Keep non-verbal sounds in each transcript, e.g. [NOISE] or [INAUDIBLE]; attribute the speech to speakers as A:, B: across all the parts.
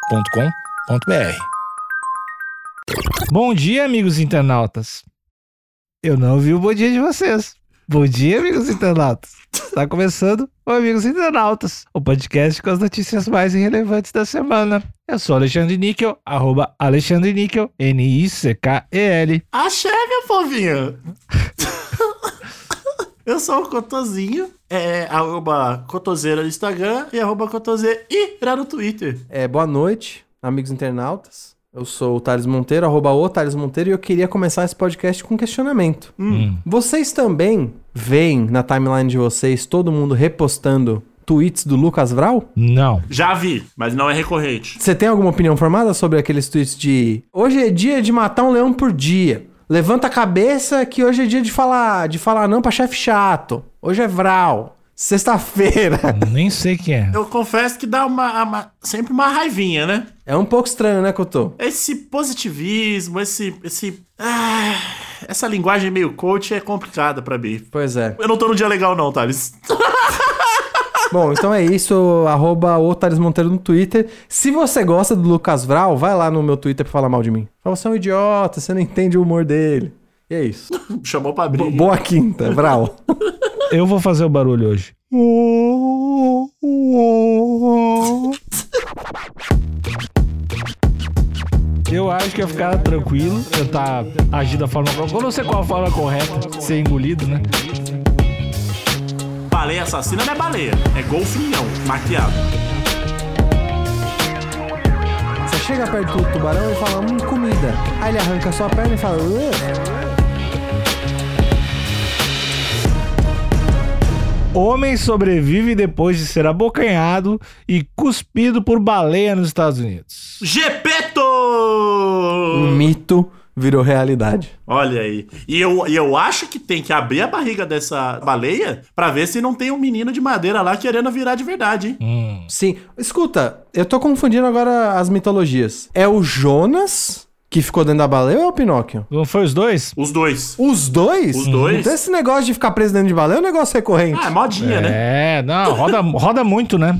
A: agenciadepodcast.com.br.
B: Bom dia, amigos internautas. Eu não vi o bom dia de vocês. Bom dia, amigos internautas. Está começando o Amigos Internautas, o podcast com as notícias mais irrelevantes da semana. Eu sou Alexandre Níquel, arroba Alexandre Níquel, N-I-C-K-E-L.
C: Axé, meu povinho! Eu sou o Cotozinho, é arroba cotoseira no Instagram e arroba cotoseira no Twitter.
D: É, boa noite, amigos internautas. Eu sou o Thales Monteiro, arroba o Thales Monteiro, e eu queria começar esse podcast com um questionamento.
C: Hum.
D: Vocês também veem na timeline de vocês todo mundo repostando tweets do Lucas Vral?
B: Não.
C: Já vi, mas não é recorrente.
D: Você tem alguma opinião formada sobre aqueles tweets de hoje é dia de matar um leão por dia? Levanta a cabeça que hoje é dia de falar, de falar não pra chefe chato. Hoje é Vral. Sexta-feira. [LAUGHS]
B: Nem sei quem é.
C: Eu confesso que dá uma, uma- sempre uma raivinha, né?
D: É um pouco estranho, né, Cotô?
C: Esse positivismo, esse. esse ah, essa linguagem meio coach é complicada pra mim.
D: Pois é.
C: Eu não tô num dia legal, não, tá? Thales.
D: Bom, então é isso. Arroba o Thales Monteiro no Twitter. Se você gosta do Lucas Vral, vai lá no meu Twitter pra falar mal de mim. Fala, você é um idiota, você não entende o humor dele. E é isso.
C: Chamou pra briga.
D: Bo- boa quinta, Vral.
B: Eu vou fazer o barulho hoje. Eu acho que eu ia ficar tranquilo, tentar agir da forma. Eu não sei qual a forma correta, ser engolido, né?
C: Baleia assassina não é baleia, é golfinhão maquiado.
D: Você chega perto do tubarão e fala, hum, comida. Aí ele arranca a sua perna e fala, "Ugh".
B: Homem sobrevive depois de ser abocanhado e cuspido por baleia nos Estados Unidos.
C: Gepeto!
D: o mito virou realidade.
C: Olha aí. E eu, e eu acho que tem que abrir a barriga dessa baleia pra ver se não tem um menino de madeira lá querendo virar de verdade, hein?
B: Hum.
D: Sim. Escuta, eu tô confundindo agora as mitologias. É o Jonas que ficou dentro da baleia ou é o Pinóquio?
B: Não foi os dois?
C: Os dois.
D: Os dois?
C: Os dois?
D: Então esse negócio de ficar preso dentro de baleia é um negócio recorrente.
C: Ah, é modinha, né?
B: É, não, roda, roda muito, né?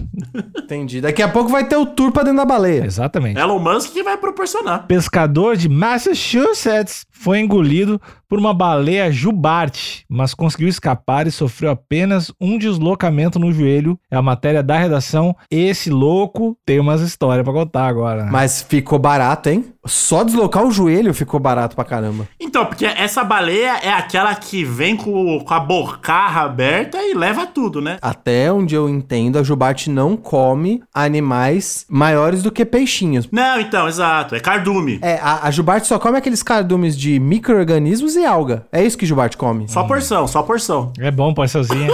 D: Entendi. Daqui a pouco vai ter o tour pra dentro da baleia.
B: Exatamente.
C: Elon Musk que vai proporcionar.
B: Pescador de Massachusetts foi engolido por uma baleia jubarte, mas conseguiu escapar e sofreu apenas um deslocamento no joelho. É a matéria da redação. Esse louco tem umas histórias pra contar agora. né?
D: Mas ficou barato, hein? Só deslocar o joelho ficou barato pra caramba.
C: Então, porque essa baleia é aquela que vem com, com a bocarra aberta e leva tudo, né?
D: Até onde eu entendo, a Jubarte não come animais maiores do que peixinhos.
C: Não, então, exato. É cardume.
D: É, a, a Jubarte só come aqueles cardumes de micro-organismos e alga. É isso que Jubarte come.
C: Só porção, só porção.
B: É bom,
D: [LAUGHS]
B: parcelzinha.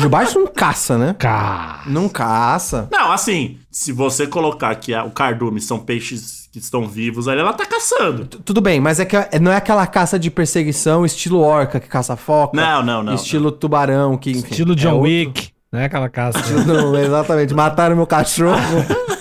D: Jubarte não caça, né?
B: Cá.
D: Não caça.
C: Não, assim, se você colocar que a- o cardume são peixes que estão vivos ali, ela tá caçando.
D: T- Tudo bem, mas é que é- não é aquela caça de perseguição estilo orca que caça foca.
C: Não, não, não.
D: Estilo tubarão que. enfim,
B: Estilo
D: é
B: John
D: outro-
B: Wick, né? Aquela casa.
D: [LAUGHS] Não, exatamente. Mataram meu cachorro.
C: [LAUGHS]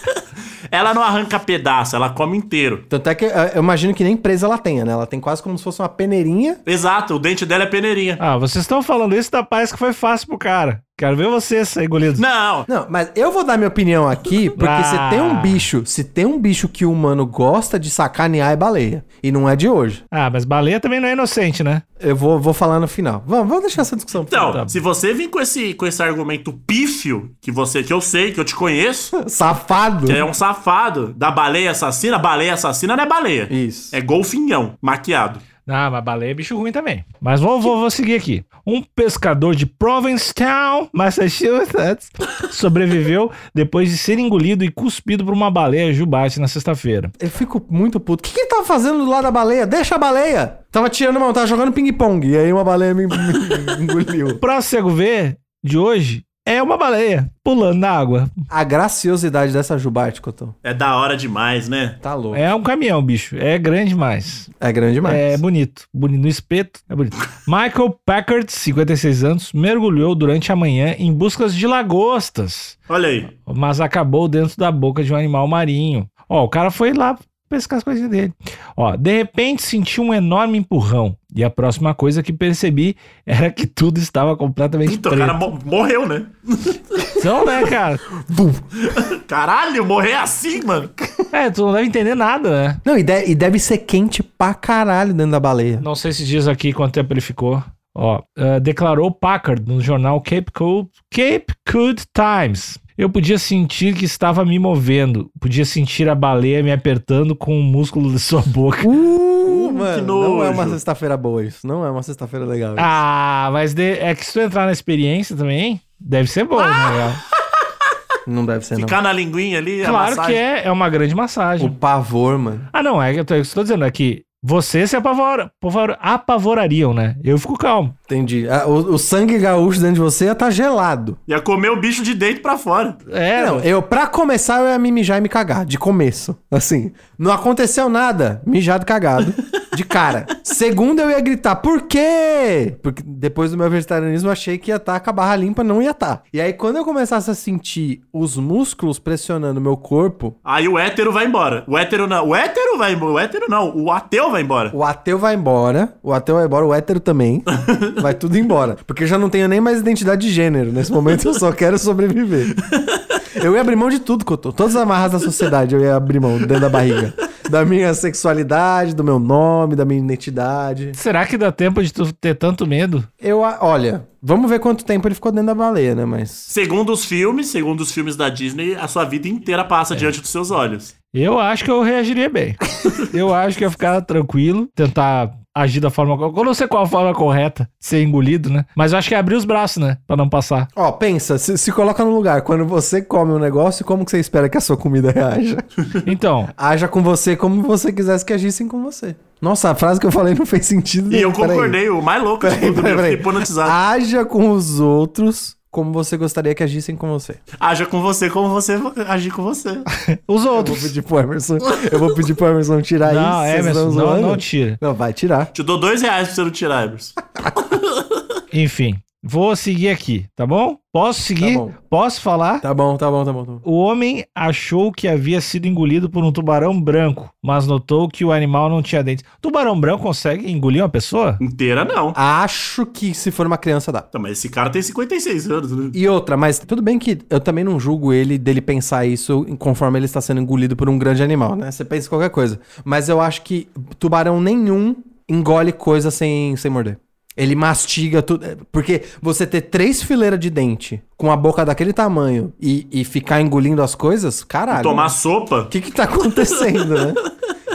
C: Ela não arranca pedaço, ela come inteiro.
D: Tanto é que eh, eu imagino que nem presa ela tenha, né? Ela tem quase como se fosse uma peneirinha.
C: Exato, o dente dela é peneirinha.
B: Ah, vocês estão falando isso da paz que foi fácil pro cara. Quero ver vocês ser engolidos.
C: Não,
D: Não, mas eu vou dar minha
B: [LAUGHS]
D: opinião aqui, porque
B: Ah.
D: se tem um bicho, se tem um bicho que o humano gosta de sacanear é baleia. E não é de hoje.
B: Ah, mas baleia também não é inocente, né?
D: Eu vou, vou falar no final. Vamos, vamos deixar essa discussão. pro
C: então,
B: Tá
D: final.
C: se você vir com esse, com esse argumento pífio, que você que eu sei, que eu te conheço,
D: Safado.
C: que é um safado da baleia assassina, baleia assassina não é baleia.
D: Isso.
C: É golfinhão, maquiado.
B: Ah, mas baleia é bicho ruim também. Mas vou, vou, vou seguir aqui. Um pescador de Provincetown, Massachusetts, [LAUGHS] sobreviveu depois de ser engolido e cuspido por uma baleia jubarte na sexta-feira.
D: Eu fico muito puto. O que, que ele tava fazendo do lado da baleia? Deixa a baleia! Tava tirando uma, tava jogando ping-pong. E aí uma baleia me, me [LAUGHS] engoliu.
B: O próximo ver de hoje é uma baleia pulando na água.
D: A graciosidade dessa jubarte, Cotô.
C: É da hora demais, né?
D: Tá louco.
B: É um caminhão, bicho. É grande demais.
D: É, grande demais.
B: É bonito. Bonito no espeto, é bonito. Michael Packard, 56 anos, mergulhou durante a manhã em busca de lagostas,
C: Olha aí.
B: mas acabou dentro da boca de um animal marinho. Ó, o cara foi lá pescar as coisinhas dele. Ó, de repente senti um enorme empurrão. E a próxima coisa que percebi era que tudo estava completamente
C: Então, o
B: preto.
C: cara mo- morreu, né?
B: Então, né,
C: [LAUGHS]
B: cara?
C: Caralho, morrer assim, mano.
B: É, tu não deve entender nada, né?
D: Não, e, de- e deve ser quente pra caralho dentro da baleia.
B: Não sei se diz aqui quanto tempo ele ficou. Ó, ah, declarou Packard no jornal Cape Cod, Cape Cod Times. Eu podia sentir que estava me movendo. Podia sentir a baleia me apertando com o músculo de sua boca.
D: Uh,
C: Uh,
D: mano,
C: que
D: não é uma
C: nojo.
D: sexta-feira boa isso. Não é uma sexta-feira legal. isso.
B: Ah, mas de- é que se tu entrar na experiência também, deve ser
D: Ah!
B: bom, né, na real.
D: [LAUGHS] Não deve ser, não.
C: Ficar na linguinha ali, a
B: Claro que
C: massagem.
B: é, é uma grande massagem.
D: O pavor, mano.
B: Ah, não, é que eu tô, eu estou dizendo aqui. Vocês se apavora, apavor- apavorariam, né? Eu fico calmo.
D: Entendi. Ah, o, o sangue gaúcho dentro de você ia tá gelado.
C: Ia comer o bicho de dentro pra fora.
B: É,
D: Não, eu, pra começar, eu ia me mijar e me cagar, de começo. Assim, não aconteceu nada, mijado, cagado,
C: [LAUGHS]
D: de cara. Segundo, eu ia gritar, por quê? Porque depois do meu vegetarianismo, eu achei que ia estar com a barra limpa, não ia estar. E aí, quando eu começasse a sentir os músculos pressionando meu corpo,
C: Aí o hétero vai embora. O hétero não. O hétero vai embora. O hétero não. O ateu vai embora.
D: o ateu vai embora, o ateu vai embora, o hétero também, vai tudo embora. Porque eu já não tenho nem mais identidade de gênero, nesse momento eu só quero sobreviver. Eu ia abrir mão de tudo, Cotô. Todas as amarras da sociedade eu ia abrir mão dentro da barriga. Da minha sexualidade, do meu nome, da minha identidade.
B: será que dá tempo de tu ter tanto medo?
D: Eu, a- olha, vamos ver quanto tempo ele ficou dentro da baleia, né? Mas.
C: Segundo os filmes, segundo os filmes da Disney, a sua vida inteira
D: É.
C: passa diante dos seus olhos.
B: Eu acho que eu reagiria
D: [LAUGHS]
B: bem. eu acho que eu ia ficar tranquilo, tentar agir da forma. co- Eu não sei qual a forma correta, de ser engolido, né? Mas eu acho que é abrir os braços, né? Pra não passar.
D: Ó, pensa, se, se coloca no lugar. Quando você come um negócio, como que você espera que a sua comida reaja?
B: Então,
D: Haja com você como você quisesse que agissem com você. Nossa, a frase que eu falei não fez sentido
C: E eu
D: nenhum, peraí.
C: concordei, o mais louco de
D: Peraí,
C: tudo, né?
D: peraí,
C: eu fiquei
D: peraí. Ah.
C: hipnotizado.
D: Haja com os outros como você gostaria que agissem com você.
C: Haja com você como você agir com você.
B: os
D: [LAUGHS] Eu vou
B: outros.
D: pedir pro Emerson. Eu vou pedir pro Emerson tirar
B: Não,
D: isso. vocês
B: Emerson,
D: estão
B: não,
D: zoando?
B: não tira.
D: Não, vai tirar.
C: Te dou dois reais pra você não tirar, Emerson.
B: Enfim, vou seguir aqui, tá bom? Posso seguir?
D: Tá bom.
B: Posso falar?
D: Tá bom, tá bom, tá bom, tá bom.
B: O homem achou que havia sido engolido por um tubarão branco, mas notou que o animal não tinha dentes. Tubarão branco consegue engolir uma pessoa?
C: Inteira não.
D: Acho que se for uma criança dá.
C: Tá, mas esse cara tem 56 anos, né?
D: E outra, mas tudo bem que eu também não julgo ele dele pensar isso em- conforme ele está sendo engolido por um grande animal, né? Você pensa em qualquer coisa. Mas eu acho que tubarão nenhum engole coisa sem, sem morder. Ele mastiga tudo. é, Porque você ter três fileiras de dente com a boca daquele tamanho e, e ficar engolindo as coisas, caralho.
C: Tomar
D: O
C: sopa.
D: que que tá acontecendo, né?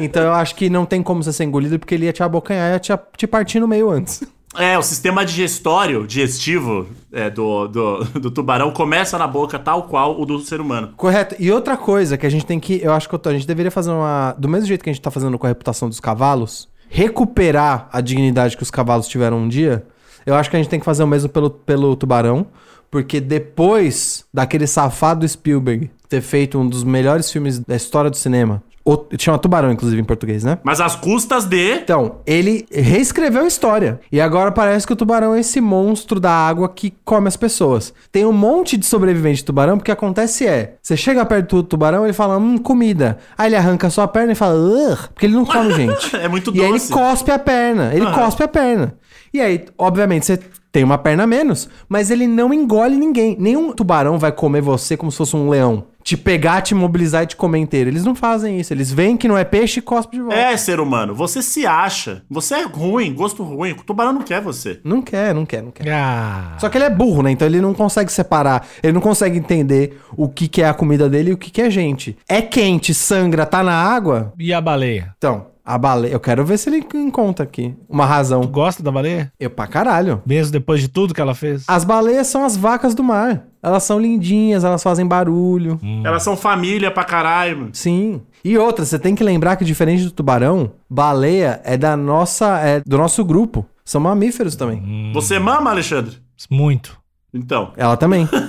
D: Então eu acho que não tem como você ser engolido porque ele ia te abocanhar e ia te, te partir no meio antes.
C: É, o sistema digestório, digestivo é, do, do, do tubarão começa na boca tal qual o do ser humano.
D: Correto. E outra coisa que a gente tem que. Eu acho que eu tô- a gente deveria fazer uma. Do mesmo jeito que a gente tá fazendo com a reputação dos cavalos, recuperar a dignidade que os cavalos tiveram um dia. Eu acho que a gente tem que fazer o mesmo pelo, pelo tubarão. Porque depois daquele safado Spielberg ter feito um dos melhores filmes da história do cinema. O, chama Tubarão, inclusive, em português, né?
C: Mas às custas de.
D: Então, ele reescreveu a história. E agora parece que o tubarão é esse monstro da água que come as pessoas. Tem um monte de sobrevivente de tubarão, porque acontece é: você chega perto do tubarão, ele fala, hum, comida. Aí ele arranca a sua perna e fala, "Ugh", porque ele não come
C: [LAUGHS]
D: gente.
C: É muito
D: E aí ele
C: doce.
D: cospe a perna. Ele
C: Ah.
D: cospe a perna. E aí, obviamente, você tem uma perna a menos, mas ele não engole ninguém. Nenhum tubarão vai comer você como se fosse um leão. Te pegar, te mobilizar e te comer inteiro. Eles não fazem isso. Eles veem que não é peixe e cospem de volta.
C: É, ser humano, você se acha. Você é ruim, gosto ruim. O tubarão não quer você.
D: Não quer, não quer, não quer.
B: Ah.
D: Só que ele é burro, né? Então ele não consegue separar, ele não consegue entender o que, que é a comida dele e o que, que é gente. É quente, sangra, tá na água?
B: E a baleia?
D: Então, a baleia. Eu quero ver se ele encontra aqui uma
B: Tu
D: razão.
B: gosta da baleia?
D: Eu pra caralho.
B: Mesmo depois de tudo que ela fez?
D: As baleias são as vacas do mar. Elas são lindinhas, elas fazem barulho.
C: Elas são família pra caralho, mano.
D: Sim. E outra, você tem que lembrar que diferente do tubarão, baleia é da nossa, é do nosso grupo. São mamíferos também.
C: Você mama, Alexandre?
B: Muito.
C: Então,
D: Ela também.
C: [LAUGHS]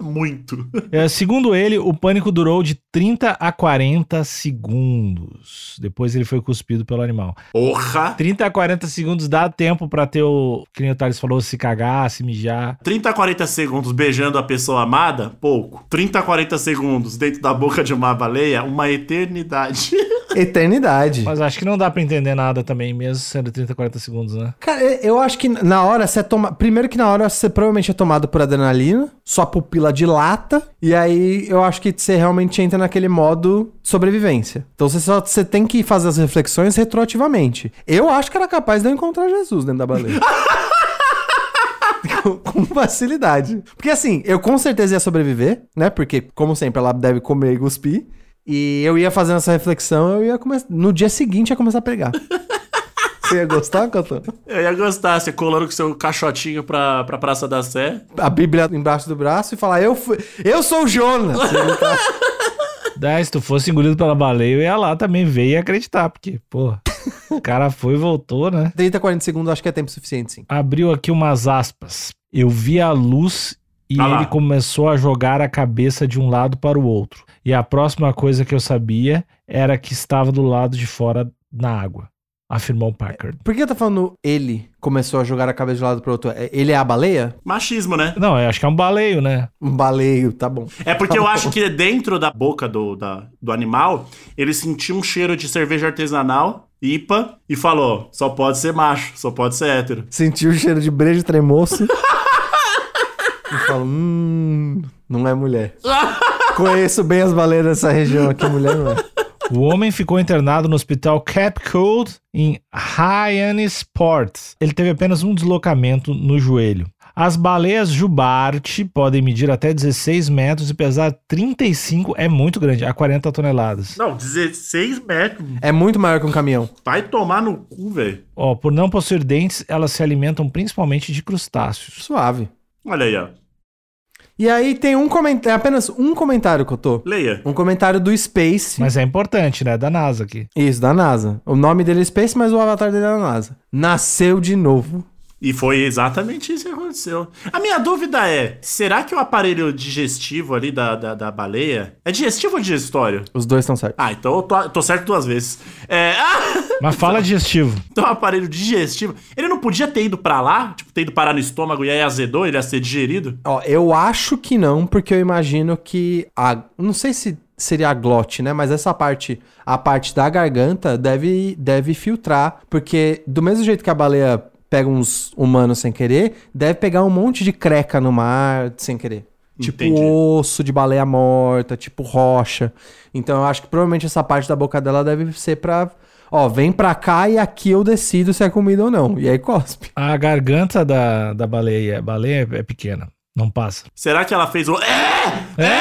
C: muito.
B: É, segundo ele, o pânico durou de 30 a 40 segundos. Depois ele foi cuspido pelo animal.
C: Porra!
B: 30 a 40 segundos dá tempo pra ter o. Que nem o Thales falou, se cagar, se mijar.
C: 30 a 40 segundos beijando a pessoa amada? Pouco. 30 a 40 segundos dentro da boca de uma baleia? Uma eternidade. [LAUGHS]
D: Eternidade.
B: Mas acho que não dá pra entender nada também, mesmo sendo 30 a 40 segundos, né?
D: Cara, eu- eu acho que na hora você é toma... Primeiro que na hora você provavelmente é tomado por adrenalina, sua pupila dilata, e aí eu acho que você realmente entra naquele modo sobrevivência. Então você só você tem que fazer as reflexões retroativamente. Eu acho que era capaz de eu encontrar Jesus dentro da baleia. [LAUGHS] Com- Com facilidade. Porque assim, eu com certeza ia sobreviver, né? Porque, como sempre, ela deve comer e cuspir. E eu ia fazendo essa reflexão, eu ia começar. No dia seguinte ia começar a pregar. [LAUGHS] Você ia gostar, Cotô?
C: Eu ia gostar, você colando com seu caixotinho pra, pra Praça da Sé.
D: a Bíblia embaixo do braço e falar: Eu, fui, eu sou o [LAUGHS] Jonas.
B: Daí, se tu fosse engolido pela baleia, eu ia lá também ver e ia acreditar, porque, porra, o cara foi e voltou, né?
D: 30, 40 segundos, acho que é tempo suficiente, sim.
B: Abriu aqui umas aspas. Eu vi a luz e
C: Ah lá.
B: ele começou a jogar a cabeça de um lado para o outro. E a próxima coisa que eu sabia era que estava do lado de fora na água, afirmou Packard.
D: Por que eu tô falando ele começou a jogar a cabeça de um lado pro outro? É- Ele é a baleia?
C: Machismo, né?
B: Não, eu acho que é um baleio, né?
D: Um baleio, tá bom.
C: É porque eu acho que dentro da boca do, da- do animal, ele sentiu um cheiro de cerveja artesanal, IPA, e falou: só pode ser macho, só pode ser hétero.
D: Sentiu o cheiro de brejo tremoço. e falo: Hum, não é [LAUGHS] mulher. Conheço bem as baleias dessa região aqui, mulher não é.
B: O homem ficou internado no hospital Cap Cold em Hyannisport. Ele teve apenas um deslocamento no joelho. As baleias jubarte podem medir até 16 metros e pesar 35, é muito grande, a 40 toneladas.
C: Não, 16 metros.
D: É muito maior que um caminhão.
C: Vai tomar no cu, velho.
B: Ó, por não possuir dentes, elas se alimentam principalmente de crustáceos.
D: Suave.
C: Olha aí, ó.
D: E aí tem um comentário, apenas um comentário que eu tô.
C: Leia.
D: Um comentário do Space.
B: Mas é importante, né? Da NASA aqui.
D: Isso, da NASA. O nome dele é Space, mas o avatar dele é da NASA. Nasceu de novo.
C: E foi exatamente isso que aconteceu. A minha dúvida é: será que o aparelho digestivo ali da, da, da baleia é digestivo ou digestório?
D: Os dois estão certos.
C: Ah, então eu tô, tô certo duas vezes. É. [LAUGHS]
B: Mas fala digestivo.
C: Então, o aparelho digestivo. Ele não podia ter ido pra lá? Tipo, ter ido parar no estômago e aí azedou, ele ia ser digerido?
D: Ó, eu acho que não, porque eu imagino que a. Não sei se seria a glote, né? Mas essa parte, a parte da garganta, deve, deve filtrar. Porque do mesmo jeito que a baleia pega uns humanos sem querer, deve pegar um monte de creca no mar sem querer. Tipo
C: Entendi.
D: osso de baleia morta, tipo rocha. Então eu acho que provavelmente essa parte da boca dela deve ser pra. Ó, vem pra cá e aqui eu decido se é comida ou não. E aí cospe.
B: A garganta da, da baleia. Baleia é pequena, não passa.
C: Será que ela fez o. É!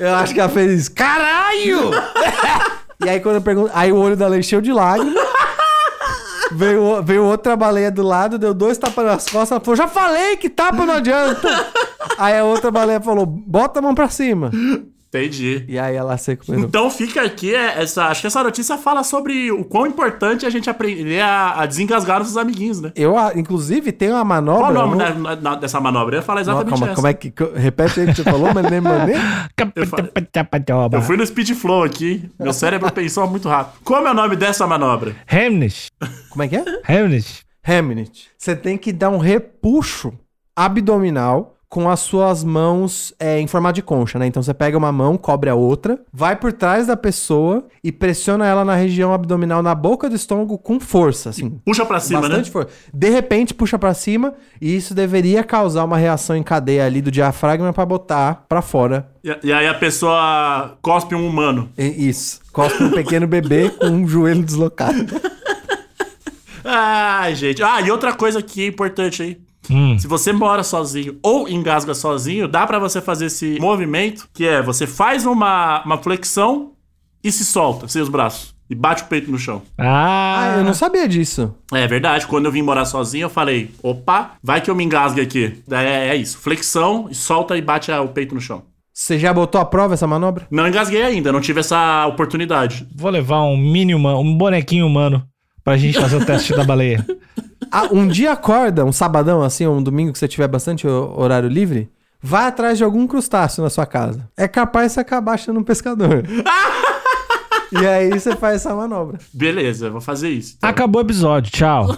D: Eu acho que ela fez isso. Caralho! [LAUGHS] e aí quando eu pergunto. Aí o olho dela encheu de lágrimas. Veio, o- veio outra baleia do lado, deu dois tapas nas costas, ela falou, já falei que tapa não adianta. aí a outra baleia falou, bota a mão pra cima.
C: Entendi.
D: E aí ela secou.
C: Então fica aqui é, essa. Acho que essa notícia fala sobre o quão importante é a gente aprender a, a desengasgar nossos amiguinhos, né?
D: Eu, ah, inclusive, tem uma manobra...
C: Qual o
D: eu
C: nome
D: não-
C: da- na- na- dessa manobra? Eu ia falar
D: Não,
C: exatamente
D: calma,
C: essa.
D: como é que... co- Repete aí o que você falou, mas nem maneiro.
C: Eu fui no speed flow aqui. Meu cérebro [LAUGHS] pensou muito rápido. Como é o nome dessa manobra?
B: Hemnish.
D: Como é que é?
B: Hemnish.
D: Hamnet. Você tem que dar um repuxo abdominal com as suas mãos é, em formato de concha, né? Então você pega uma mão, cobre a outra, vai por trás da pessoa e pressiona ela na região abdominal, na boca do estômago, com força, assim.
C: Puxa pra cima,
D: bastante
C: né?
D: força. De repente puxa pra cima e isso deveria causar uma reação em cadeia ali do diafragma pra botar pra fora.
C: E, e aí a pessoa cospe um humano.
D: E- isso. Cospe um pequeno bebê com um joelho deslocado.
C: Ai, gente. Ah, e outra coisa que é importante aí.
B: Hum.
C: Se você mora sozinho ou engasga sozinho, dá pra você fazer esse movimento, que é você faz uma, uma flexão e se solta, sem os braços. E bate o peito no chão.
B: Ah,
D: Ah, eu não sabia disso.
C: É verdade, quando eu vim morar sozinho, eu falei, opa, vai que eu me engasgue aqui. Daí É, é isso, flexão, e solta e bate ah, o peito no chão.
D: Você já botou à prova essa manobra?
C: Não engasguei ainda, não tive essa oportunidade.
B: Vou levar um mini humano, um bonequinho humano pra gente fazer o teste da
D: [LAUGHS]
B: baleia.
D: Ah, um dia acorda, um sabadão, assim, um domingo que você tiver bastante ho- horário livre, Vá atrás de algum crustáceo na sua casa. É capaz de você acabar achando um pescador. e aí você faz essa manobra.
C: Beleza, eu vou fazer isso. então.
D: Tá.
B: Acabou o episódio, tchau.